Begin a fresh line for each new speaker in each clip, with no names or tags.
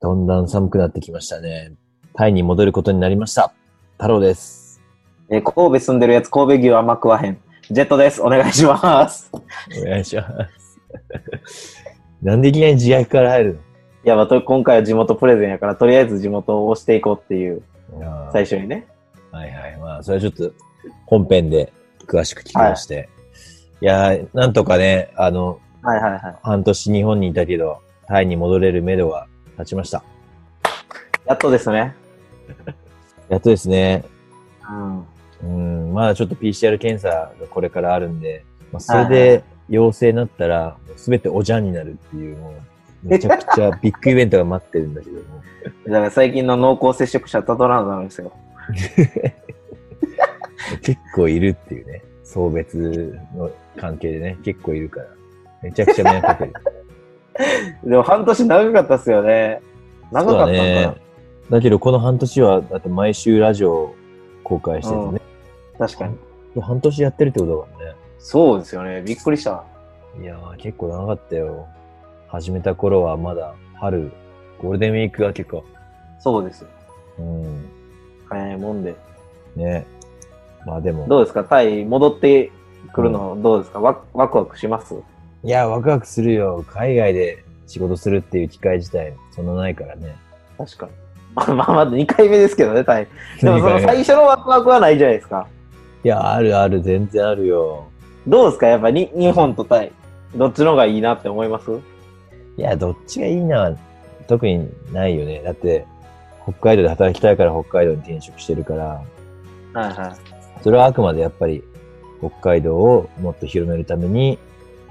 だんだん寒くなってきましたね。タイに戻ることになりました。太郎です。
えー神戸住んでるやつ、神戸牛甘くわへん。ジェットです。お願いします。
お願いします。 なんでいきなり自虐から入る
いや、まあ、と今回は地元プレゼンやから、とりあえず地元を押していこうっていう、
の
最初にね。
はいはい。まあ、それはちょっと本編で詳しく聞きまして。い、やー、なんとかね、あの、
はいはいはい。
半年日本にいたけど、タイに戻れる目処が立ちました。
やっとですね。
やっとですね、
うん。
うん、まだちょっと PCR 検査がこれからあるんで、まあ、それで陽性になったら、すべておじゃんになるっていう、もう、めちゃくちゃビッグイベントが待ってるんだけども。
だから最近の濃厚接触者たどらなんですよ。
結構いるっていうね、送別の関係でね、結構いるから、めちゃくちゃ迷惑かける。
でも半年長かったっすよね。長かったのかな。
そうだね。だけど、この半年は、だって毎週ラジオを公開しててね、
確かに。
半年やってるってことだからね。
そうですよね。びっくりした。
いやー、結構長かったよ。始めた頃はまだ春、ゴールデンウィーク明けか。
そうです。
うん。
早いもんで。
ね。まあでも、
どうですかタイ戻ってくるのどうですか、ワクワクワクします
いや、ワクワクするよ。海外で仕事するっていう機会自体、そんなないからね。
確かに。まあまあまだ2回目ですけどね、タイ。でもその最初のワクワクはないじゃないですか。
いや、あるある、全然あるよ。
どうですかやっぱり日本とタイ。どっちの方がいいなって思います
いや、どっちがいいな、特にないよね。だって、北海道で働きたいから北海道に転職してるから、
はいは
それはあくまでやっぱり、北海道をもっと広めるために、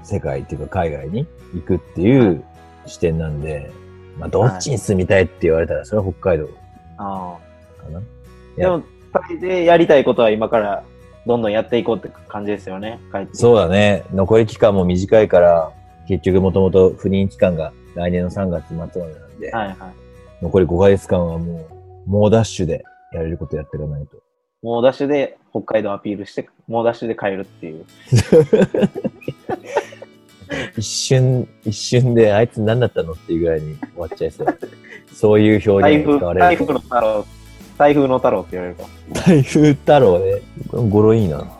世界っていうか海外に行くっていう視点なんで、まあ、どっちに住みたいって言われたら、それは北海道
い。あ
か
あ。
な。
でも、タイでやりたいことは今からどんどんやっていこうって感じですよね。帰って。
そうだね。残り期間も短いから、結局もともと不任期間が来年の3月末までなんで、
はいはい。
残り5ヶ月間はもう、猛ダッシュでやれることやっていかないと。
猛ダッシュで北海道アピールして、猛ダッシュで帰るっていう。
一瞬、一瞬で、あいつ何だったのっていうぐらいに終わっちゃい そう。そういう表
台
現が使
風、
われ
台
ると。
風の太郎、台風の太郎って言われるか。
台風太郎ね。語呂 いいな。なんて。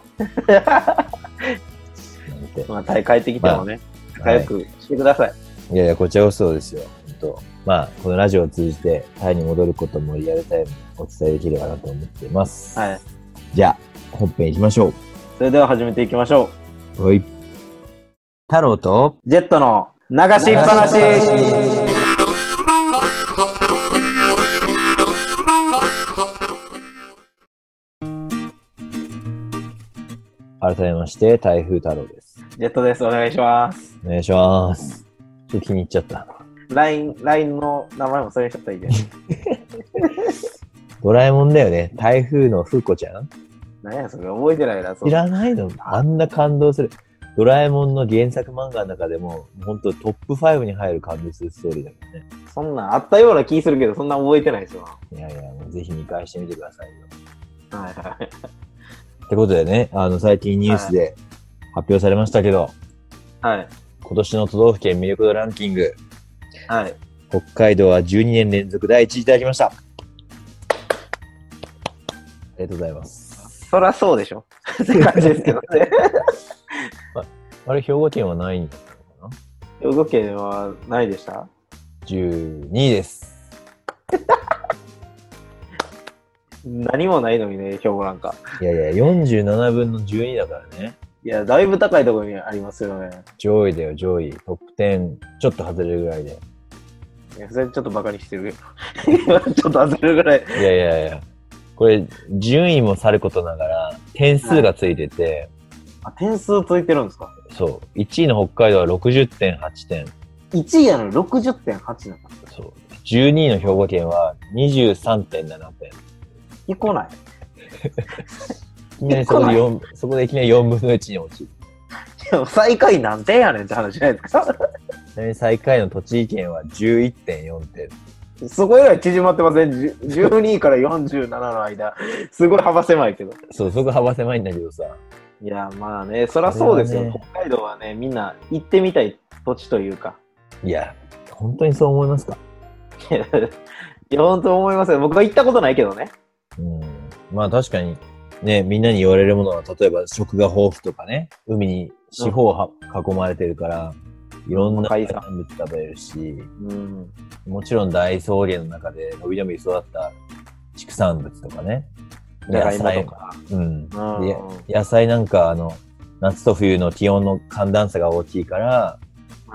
まあ、タイ帰ってきてもね、仲良くしてください。
いやいや、こちらこそですよ。本当まあ、このラジオを通じて、タイに戻ることもリアルタイムにお伝えできればなと思っています。
はい。
じゃあ、本編行きましょ
それでは始めていきましょう。
う。はい。太郎と、
ジェットの流しっぱなし。
改めまして、台風太郎です。
ジェットです。お願いします。
お願いします。ちょっと気に入っちゃった。
LINE、LINE の名前もそれにしちゃったらいいじゃん。
ドラえもんだよね。台風の風子ちゃん
何やそれ覚えてないな、そ。
いうらないのあんな感動する。ドラえもんの原作漫画の中でも、本当トップ5に入る感動するストーリーだよね。
そんなんあったような気するけど、そんな覚えてないですよ。
いやいや、もうぜひ見返してみてくださいよ。
はいはい。
ってことでね、あの、最近ニュースで発表されましたけど、
はい。
今年の都道府県魅力度ランキング、
はい。
北海道は12年連続第1位いただきました。ありがとうございます。
そらそうでしょ。って感じですけど ね。
あれ、兵庫県は何位になったのか
兵庫県はないでした
な ?12 位です。
何もないのにね、兵庫なんか。
いやいや、47分の12だからね。
いや、だいぶ高いところにありますよね。
上位だよ、上位。トップ10、ちょっと外れるぐらいで。
いや、それちょっとバカにしてるけど。 ちょっと焦るぐらい。
いやいやいや。これ、順位もさることながら、点数がついてて、
あ、点数ついてるんですか
そう、1位の北海道は60.8点。
?1 位やのに60.8なの。
そう。12位の兵庫県は23.7点。
聞こない。
いきなりそこで四そこでいきなり4分の1に落ちる。
でも最下位何点やねんって話じゃないですか。
ちなみに最下位の栃木県は11.4点。
そこ以来縮まってません。10 12位から47の間。すごい幅狭いけど。
そう、そこ幅狭いんだけどさ。
いや、まあね、そらそうですよ。
これはね
北海道はね、みんな行ってみたい土地というか。
いや、本当にそう思いますか
いや、本当思いますよ。僕は行ったことないけどね。
うん、まあ確かにね、みんなに言われるものは、例えば食が豊富とかね、海に四方は囲まれてるから、いろんな海
海
産
産
物食べれるし、
うん。
もちろん大草原の中で伸び伸び育った畜産物とかね、
じゃがいもとか。
うん、
うん
いや野菜なんかあの、夏と冬の気温の寒暖差が大きいから、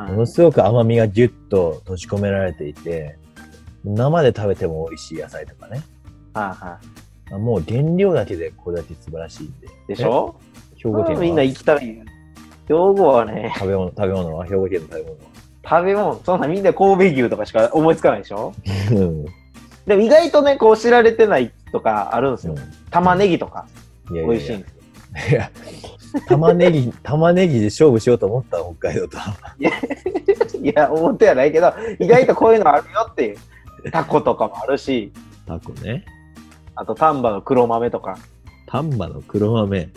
ものすごく甘みがギュッと閉じ込められていて、生で食べても美味しい野菜とかね。
はいは
あもう原料だけでこれだけ素晴らしいんで。
い。でしょ
え兵庫県は
みんな行きたい。兵庫はね、
食べ物、食べ物は兵庫県の食べ物は
食べ物、そんなみんな神戸牛とかしか思いつかないでしょ
うん。
でも意外とね、こう知られてないとかあるんですよ。玉ねぎとか、
いやい
美
や
味
い
しい
や
んですよ。
いや、玉ねぎ、玉ねぎで勝負しようと思った北海道と。
いや、思ってはないけど、意外とこういうのあるよっていう。タコとかもあるし、
タコね。
あと丹波の黒豆とか。
丹波の黒豆。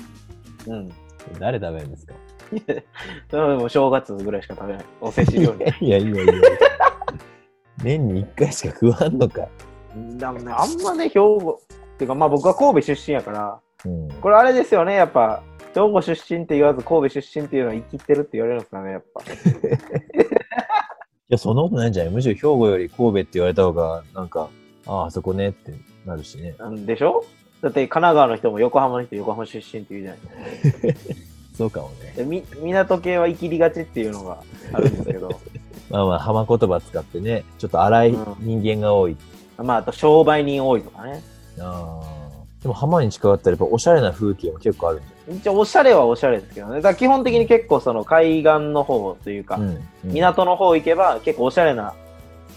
うん。で
誰食べるんですか
も正月ぐらいしか食べない。おせち料理。
いやいやいやいや。年に1回しか食わんのか。
でもね、あんまね、兵庫。っていうか、まあ僕は神戸出身やから、
うん。
これあれですよね、やっぱ。兵庫出身って言わず神戸出身っていうのは生きてるって言われるんですかね、やっぱ。
いや、そんなことないんじゃないむしろ兵庫より神戸って言われた方が、なんか、ああ、あそこねってなるしね。
なんでしょだって神奈川の人も横浜の人横浜出身って言うじゃないですか
そうかもね。
でみ。港系は生きりがちっていうのがあるんですけ ど、
まあまあ、浜言葉使ってね、ちょっと荒い人間が多い。
まああと商売人多いとかね。
あーでも浜に近かったらやっぱおしゃれな風景も結構あるんじ
一応おしゃれはおしゃれですけどね。だから基本的に結構その海岸の方という
ゃ
か、
ない、うん、
港の方行けば結構おしゃれな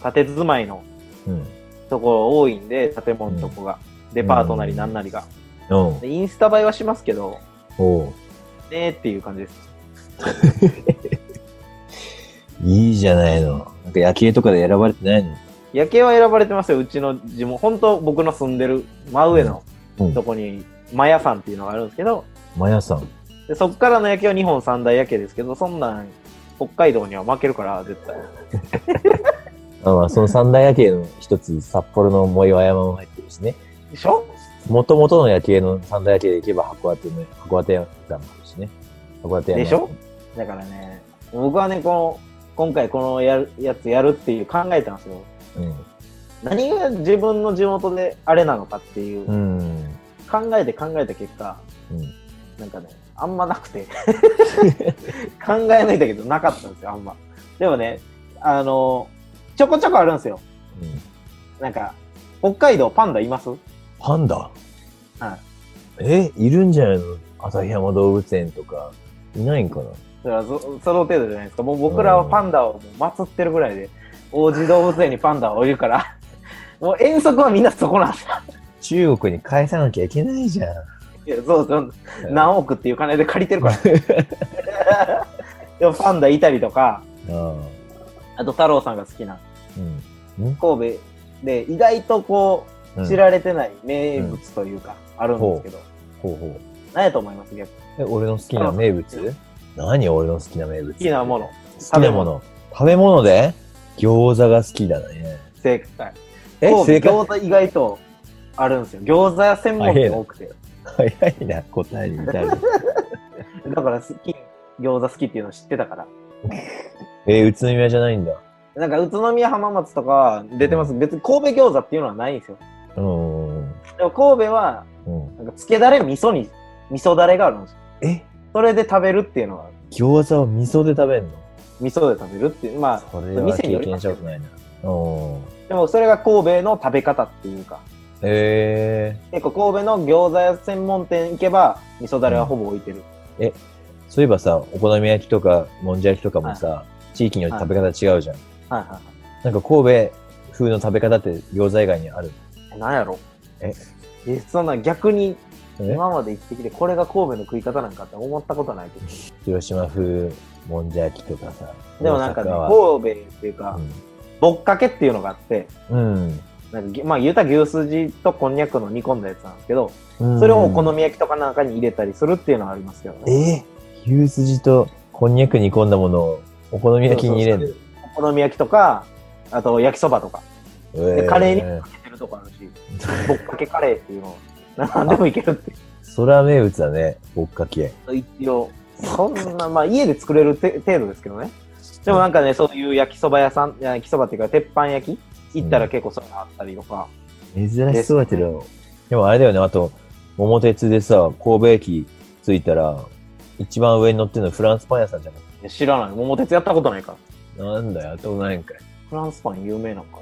建て住まいの
うん。
とこ多いんで、建物とこが。デパートなりなんなりが。
うん。うん
でインスタ映えはしますけど、
おう
ねーっていう感じです。
いいじゃないの。なんか夜景とかで選ばれてないの。
夜景は選ばれてますよ、うちの地元。本当僕の住んでる真上の
うん
と。こに、マヤ山っていうのがあるんですけど、
マヤさん。
でそっからの夜景は日本三大夜景ですけど、そんなん、北海道には負けるから、絶対。
あまあ、その三大夜景の一つ、札幌の藻岩山も入ってるしね。
でしょ
もともとの夜景の三大夜景で行けば函館の、函館山もあるしね。函館山。
でしょだからね、僕はね、この、今回このやるやつやるっていう考えたんですよ。
う
何が自分の地元であれなのかっていう、
ん。うん。
考えて考えた結果、
うん。
なんかね、あんまなく て。考えないんだけど、なかったんですよ、あんま。でもね、あの、ちょこちょこあるんですよ。
うん。
なんか、北海道パンダいます
パンダ。
はい
え、いるんじゃないの旭山動物園とか、いないんかな
だからそその程度じゃないですか。もう僕らはパンダをもう祀ってるぐらいで、王子動物園にパンダをいるから、 もう遠足はみんなそこなんですよ。
中国に返さなきゃいけないじゃ ん。
いやそうそう、何億っていう金で借りて るから。でもパンダいたりとか、
あ
あと太郎さんが好きな
うん。
神戸で意外とこ
うん。
う知られてない名物というか、あるんですけど、
ほうほう。
何やと思います逆に
え、俺の好きな名物何俺の好きな名物
好きなもの。
好きなもの。食べ物で餃子が好きだね。
正解。
え、
神
正
戸
解
餃子意外とあるんですよ。餃子屋専門店が多くて。
早いな、答えに至る。
だから好き、餃子好きっていうの知ってたから。
え、宇都宮じゃないんだ。
なんか宇都宮浜松とかは出てます。別に神戸餃子っていうのはないんですよ。
うんうん
でも神戸は、
うん。うん
なんか漬けだれ味噌に、味噌だれがあるんですよ。
え、
それで食べるっていうのは、
餃子を味噌で食べんの
味噌で食べるっていう。まあ、
それは経験したことないな。うん。
でもそれが神戸の食べ方っていうか。
え
結構神戸の餃子屋専門店行けば、味噌だれはほぼ置いてる。
ー、そういえばさ、お好み焼きとか、もんじゃ焼きとかもさ、地域によって食べ方違うじゃん。
はいはいは
なんか神戸風の食べ方って餃子以外にある
い。なんやろ
え
え、そんな逆に
え
今まで生きてきて、これが神戸の食い方なんかって思ったことないけど。
広島風もんじゃ焼きとかさ。
でもなんかね、
大阪は
神戸っていうか、ぼっかけっていうのがあって、
うん。
なんかぎまあ、言うたら牛すじとこんにゃくの煮込んだやつなんですけど、
うん
それをお好み焼きとかなんかに入れたりするっていうのはありますけどね。
えー、牛すじとこんにゃく煮込んだものをお好み焼きに入れる
お好み焼きとか、あと焼きそばとか。
え
でカレーにかけてるとこあるし、 ぼっかけカレーっていうの、なんでもいけるってい
それは名物だね、ぼっかけ。
う、一応、そんな、まあ家で作れるて程度ですけどね。でもなんかね、そういう焼きそば屋さん、いや焼きそばっていうか、鉄板焼き行ったら結構そういうのあったりとか、
珍しそうやけど。でもあれだよね、あと、桃鉄でさ、神戸駅着いたら、一番上に乗ってるのフランスパン屋さんじゃん。
知らない。桃鉄やったことないから。
なんだよ、やったことないんかい。
フランスパン有名なんか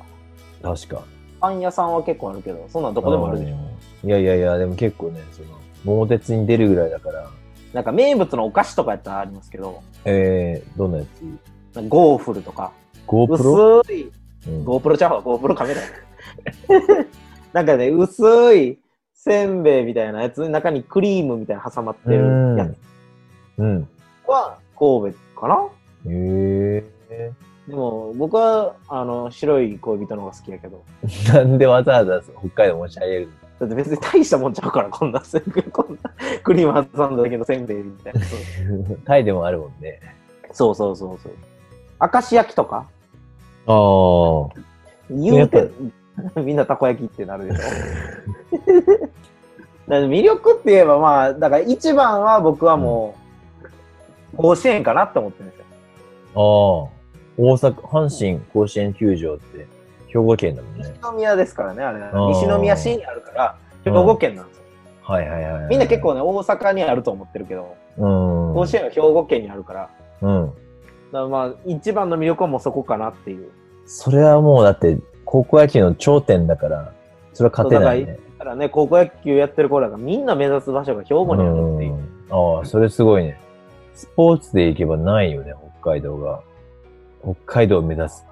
な。
確か。
パン屋さんは結構あるけど、そんなんどこでもあるでしょ。
いやいやいや、でも結構ね、その、桃鉄に出るぐらいだから、
なんか名物のお菓子とかやったらありますけど、
えー、どんなやつ
なんかゴーフルとか、薄
?GoPro?
い
うん、
GoPro ちゃうわ、GoPro カメラ。 なんかね、薄いせんべいみたいなやつ、中にクリームみたいなの挟まってるや
うん。
つは神戸かな
へえ
でも僕はあの白い恋人の方が好きやけど、
ー。なんでわざわざ北海道持ち上げる
だって別に大したもんちゃうから、こんなせんべい、こんなクリーム挟んだだけのせんべいみたいな。
の タイでもあるもんね。
そうそうそうそう。明石焼きとか
ああ。
言う、
やって
みんなたこ焼きってなるでしょ。 だから魅力って言えばまあ、だから一番は僕はもう、甲子園かなって思ってるんですよ。
ああ。大阪、阪神甲子園球場って、兵庫県だもんね。
西宮ですからね、あれは
あー
西宮市にあるから、兵庫県なんですよ。
はいはいはいはい。
みんな結構ね、大阪にあると思ってるけど、
うん。
甲子園は兵庫県にあるから、だか
うん。
らまあ、一番の魅力はもうそこかなっていう。
それはもうだって、高校野球の頂点だから、それは勝てないね。
だからね、高校野球やってる頃だから、みんな目指す場所が兵庫にあるっていうう。
んああ、それすごいね。スポーツで行けばないよね、北海道が。北海道を目指す。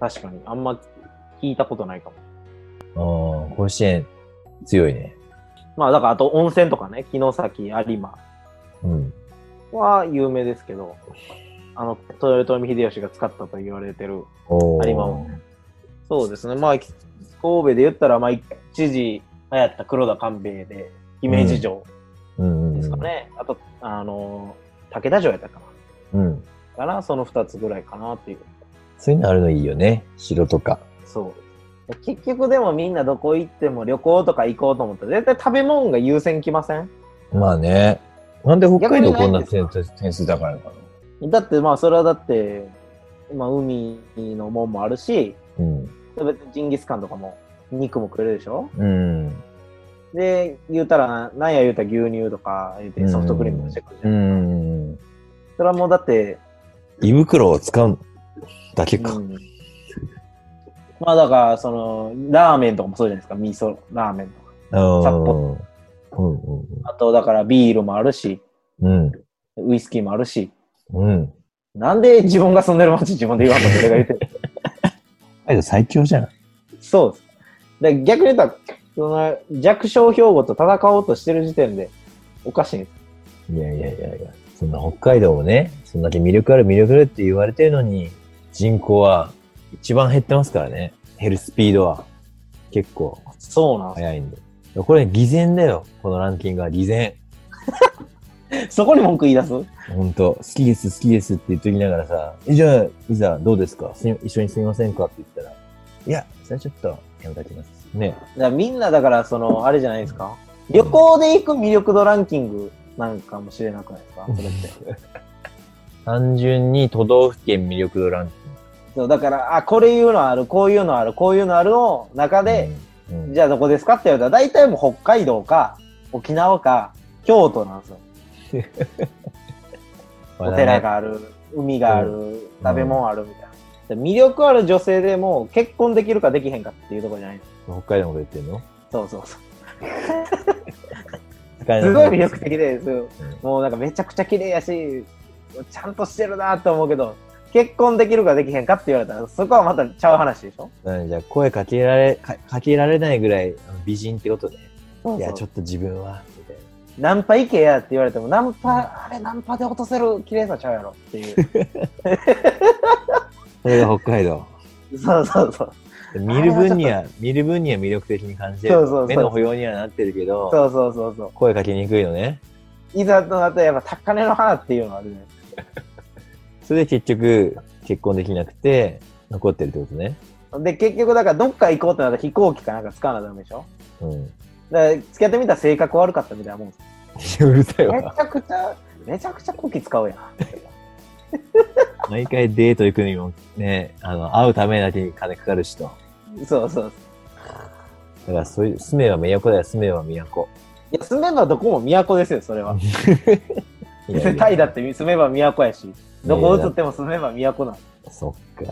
確かに、あんま聞いたことないかも。
ああ、甲子園強いね。
まあ、だからあと温泉とかね、城崎、有馬
うん。
は有名ですけど、あの、豊臣秀吉が使ったと言われてる。
おー
有馬もそうですね、まあ、き神戸で言ったら、まあ、一時流行った黒田官兵衛で、姫路城
うんうん。
ですか。ね。あと、あの、武田城やったか
うん。
な。から、その二つぐらいかなっていう。
そういうのあるのいいよね。城とか。
そう。結局でもみんなどこ行っても旅行とか行こうと思ったら絶対食べ物が優先来ません
まあね。なんで北海道こんな点数点数だからかな。
だってまあそれはだって、まあ海のもんもあるし、
うん。
別にジンギスカンとかも肉も食えるでしょ
うん。
で、言うたら、なんや言うたら牛乳とか言うてソフトクリームもしてくる
う
じゃん。
ん。
それはもうだって、
胃袋を使うだけか。
うんまあだから、その、ラーメンとかもそうじゃないですか。味噌ラーメンとか。
あー
札幌
うん
あと、だからビールもあるし、
うん。
ウイスキーもあるし。
うん。うん。
なんで自分が住んでる街自分で言わんの俺が言ってる
北海道最強じゃん。
そうです。で逆に言ったら、その弱小兵庫と戦おうとしてる時点で、おかしいんです。
いやいやいやいや。そんな北海道もね、そんだけ魅力ある魅力あるって言われてるのに、人口は一番減ってますからね。減るスピードは。結構
そうなんで
早いんで。これ偽善だよ。このランキングは偽善。
す。そこに文句言い出す
ほんと、好きです、好きですって言っときながらさ、えじゃあ、いざ、どうですかすみ一緒にすみませんかって言ったら、いや、それはちょっと、やめたきます。ね。
だからみんなだから、その、あれじゃないですか。旅行で行く魅力度ランキングなんかもしれなくないですかそれって。
単純に都道府県魅力度ランキ
そうだから、あ、これいうのある、こういうのある、こういうのあるの中
ング。
で、
うん、うん
じゃあどこですかって言われたら、大体もう北海道か、沖縄か、京都なんですよ。お寺。がある、海がある、食べ物あるみたいな。で魅力ある女性でも結婚できるかできへんかっていうところじゃない
北海道のこと言ってんの
そうそうそう。
すご
すごい魅力的です。
ん
もうなんかめちゃくちゃ綺麗やし、ちゃんとしてるなって思うけど、結婚できるかできへんかって言われたら、そこはまたちゃう話でしょ
うん、じゃあ声かけられか、かけられないぐらいあの美人ってことね。
そう
いや、ち
そ
ょ
う
っと自分は、みたい
ナンパ行けやって言われても、ナンパ、あれナンパで落とせる綺麗さちゃうやろって いう。
な。それが北海 道。
そうそうそう。
見る分には、見る分には魅力的に感じてる。
そうそうそう
目の保養にはなってるけど、
そうそうそうそ
声かけにくいのね。
う。いざとなったらやっぱ高嶺の花っていうのがあるね。
それで結局、結婚できなくて、残ってるってことね。
で、結局、だから、どっか行こうってなったら飛行機かなんか使わなダメでしょ
うん。
だから、付き合ってみたら性格悪かったみたいなもんですよ
うるさい
め
わ。
ちゃくちゃ、めちゃくちゃこき使うやん。
毎回デート行くのにも、ね、あの、会うためだけに金かかるしと。
そうそうそう。
だからそういう、住めば都だよ、住めば都。
いや、住めばどこも都ですよ、それは。
いやい
別
や
にタイだって住めば都やし、どこ移っても住めば都なの。
そっ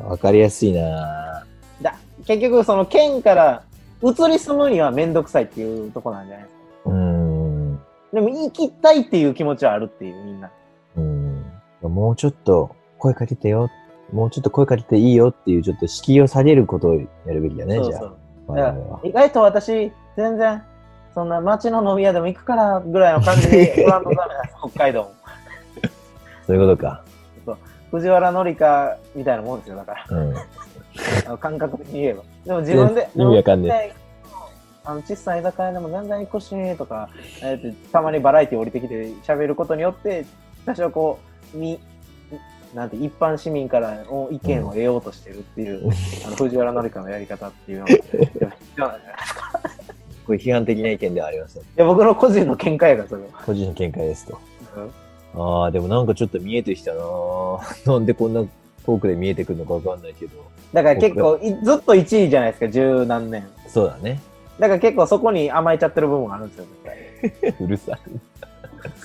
か。わかりやすいな
だ結局、その県から移り住むにはめんどくさいっていうとこなんじゃないですか。
うーん。う
でも、行きたいっていう気持ちはあるっていう、みんな。
ーん。もうちょっと声かけてよ。もうちょっと声かけていいよっていう、ちょっと敷居を下げることをやるべきだね、
そ
じ
う
ゃ
そ
あ
う。。
我々は。
意外と私、全然、そんな街の飲み屋でも行くからぐらいの感じ で、ご覧のダメなんです、北海道も。
そういうことか。
藤原紀香みたいなもんですよ、だから。
うん。
あの感覚的に言えば。でも自分で、
意味わかんね
でもあの小さい居酒屋でも全然行くしとか、えーとたまにバラエティ降りてきて喋ることによって、多少こう、み、なんて一般市民からの意見を得ようとしてるっていう、あの藤原紀香のやり方っていうのは いや
これ批判的な意見ではありません。
いや、僕の個人の見解がそれは。
個人の見解ですと。
うん
ああ、でもなんかちょっと見えてきたなぁ なんでこんなトークで見えてくるのかわかんないけど。
だから結構、いずっと1位じゃないですか、十何年。
そうだね。
だから結構そこに甘えちゃってる部分があるんですよ、絶
う
対
るさい。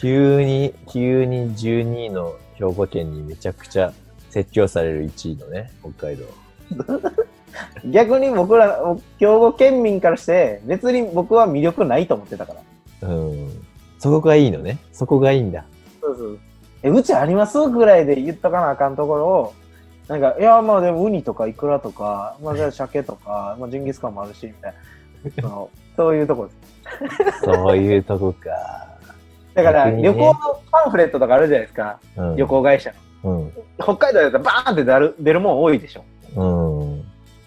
急に、急に12位の兵庫県にめちゃくちゃ説教される1位のね、北海道。
逆に僕ら、兵庫県民からして、別に僕は魅力ないと思ってたから。
うん。そこがいいのね。そこがいいんだ。
そうそう。え、うちありますぐらいで言っとかなあかんところを、なんか、いや、まあでもウニとかイクラとか、まあじゃあ鮭とか、 まあジンギスカンもあるし、みたいな。そのそういうところです。
そういうとこか。
だから、
逆にね
旅行のパンフレットとかあるじゃないですか、
うん。
旅行会社の。
うん。
北海道だったらバーンって出る出るもん多いでしょ。
うん。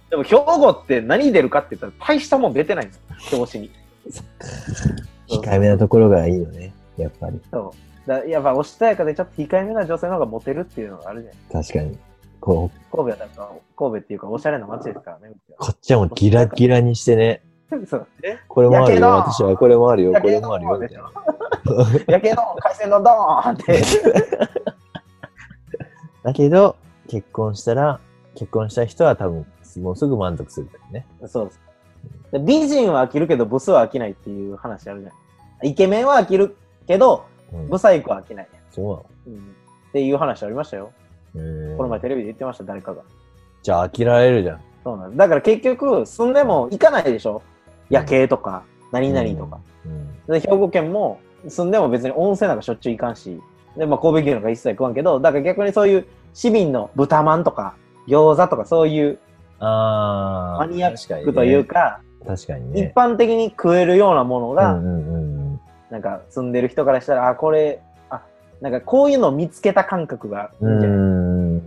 でも兵庫って何出るかって言ったら大したもん出てないんですよ、表紙に。そう
控えめなところがいいよね。やっぱり。
そう。だやっぱおしとやかでちょっと控えめな女性の方がモテるっていうのがあるじゃない
確かに。こう、
神戸だったら神戸っていうかおしゃれな街ですからね。
こっちはもうギラギラにしてね。
そうえ
これもある
やけ
よ、
ど
私は。これもあるよ、
や
こ
け
れ
ど
もあるよ、みたいな。
やけど、海鮮丼ドーンって。
だけど、結婚したら、結婚した人は多分、もうすぐ満足するんだよね。
そうそうで美人は飽きるけど、ブスは飽きないっていう話あるじゃない。イケメンは飽きるけど、
うん
ブサイクは飽きない。
そ
うんっていう話ありましたよ。
うなの。
この前
で。
テレビで言ってました、誰かが。
じゃあ飽きられるじゃん。
そうなんです。だから結局、住んでも行かないでしょ。夜景とか、何々とか。
うん。
で兵庫県も住んでも別に温泉なんかしょっちゅう行かんしで、まあ、神戸牛なんか一切食わんけどだから逆にそういう市民の豚まんとか餃子とかそういう
あー。
マニア
ッ
食うという。か、
確かに
一
ね。
般的に食えるようなもの
う
が、
んうんうん。
なんか住んでる人からしたらあこれあなんかこういうのを見つけた感覚がいいんじゃない、
うん。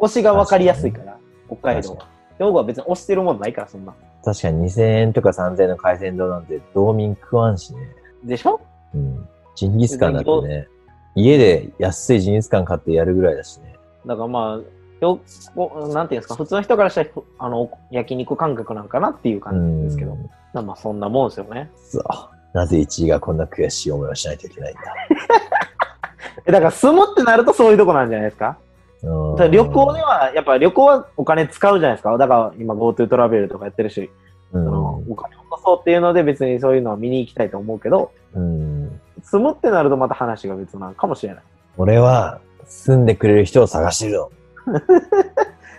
推しが分かりやすいから北海道
確
は兵庫は別に推してるもんないからそんな
確かに2000円とか3000円の海鮮丼なんて、道民食わんしね。
でしょ
うん。ジンギスカンだってね。家で安いジンギスカン買ってやるぐらいだしね。
だからまあ兵庫なんていうんですか普通の人からしたらあの焼肉感覚なんかなっていう感じですけど、
うん
まあそんなもんですよね。
そう。なぜ1位がこんな悔しい思いをしないといけないんだ。
だから住むってなるとそういうとこなんじゃないですか。
うん
ただ旅行では、やっぱ旅行はお金使うじゃないですか。だから今 GoTo トラベルとかやってるし、
う
そ
ん
のお金を落とそうっていうので別にそういうのは見に行きたいと思うけど、
うん。
住むってなるとまた話が別なのかもしれない。
俺は住んでくれる人を探してるの。
だか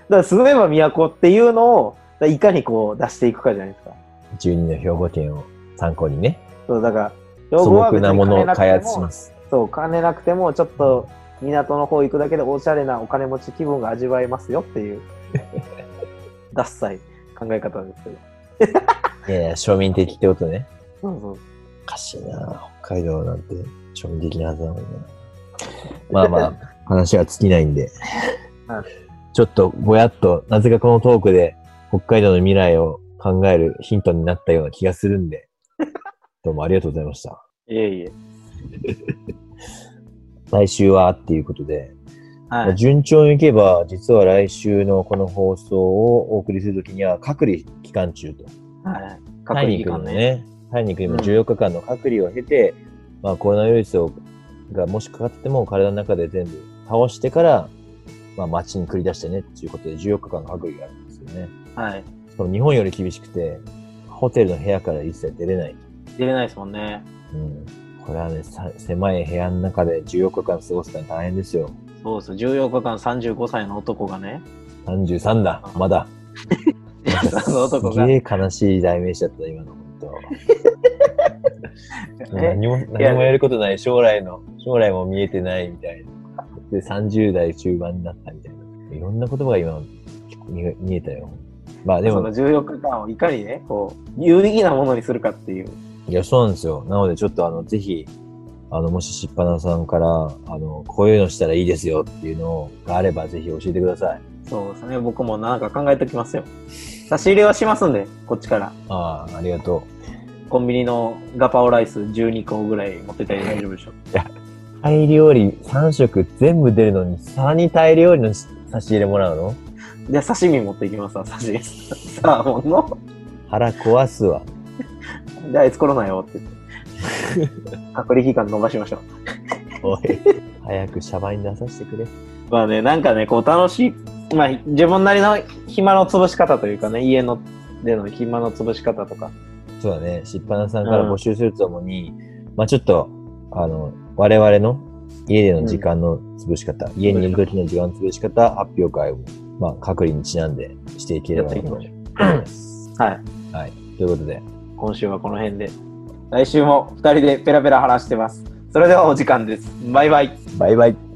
ら住めば都っていうのを、だからいかにこう出していくかじゃないですか。
12の兵庫県を参考にね、
そうだから、兵
素
庫は
朴
別に
なものを開発し
金なくても
ます。
そう、金なくてもちょっと港の方行くだけでおしゃれなお金持ち気分が味わえますよっ ていう、ダッサい考え方ですけど。
いやいや庶民的ってことね。
そうそう。
おかしいな北海道なんて庶民的なはずなのにな。まあまあ、話は尽きないんで
うん。
ちょっとぼやっと、なぜかこのトークで北海道の未来を考えるヒントになったような気がするん で、どうもありがとうございました。
いえいえ。
来週はっていうことで、
はい。
順調にいけば、実は来週のこの放送をお送りするときには隔離期間中と。
はい。隔
タイ
離
に
期
君も
間ね。
ね、タイに君も14日間の隔離を経て、まあコロナウイルスをがもしかかっても体の中で全部倒してから、まあ街に繰り出してねっていうことで14日間の隔離があるんですよね。
はい。
しかも日本より厳しくて、ホテルの部屋から一切出れない。
出れないですもんね。
うん。これはね、さ狭い部屋の中で14日間過ごすのは大変ですよ。
そうです。14日間35歳の男 がね。
33だ、ま だ。
その男が
す。げえ悲しい代名詞だった、今の、本当。
え
何も、何もやることない、将来の、将来も見えてないみたいな。で、30代中盤になったみたいな。いろんな言葉が今、見え見えたよ。まあで
そ
も
の、14日間をいかにね、こう、有意義なものにするかっていう。
いや、そうなんですよ。なので、ちょっと、あの、ぜひ、あの、もし、しっぱなさんから、あの、こういうのしたらいいですよっていうのがあれば、ぜひ教えてください。
そうですね。僕もなんか考えときますよ。差し入れはしますんで、こっちから。
ああ、ありがと
コンビニのガパオライス12個ぐらい持ってたり大丈夫でしょう。
う。タイ料理3食全部出るのに、さらにタイ料理の差し入れもらうの
で、刺身持っていきますわ、刺身。 サーモンの。
腹壊すわ。
で、あいつコロナよって言って。隔離期間延ばしましょう。
おい、早くシャバに出させてくれ。
まあね、なんかね、こう楽しい、まあ自分なりの暇の潰し方というかね、家のでの暇の潰し方とか。
そうだね、しっぱなさんから募集するとともに、まあちょっと、あの、我々の家での時間の潰し方、家にいる時の時間の潰し方、発表会を、まあ、隔離にちなんでしていければいいと思います。
はい。
はい。ということで、
今週はこの辺で。来週も2人でペラペラ話してます。それではお時間です。バイバイ。
バイバイ。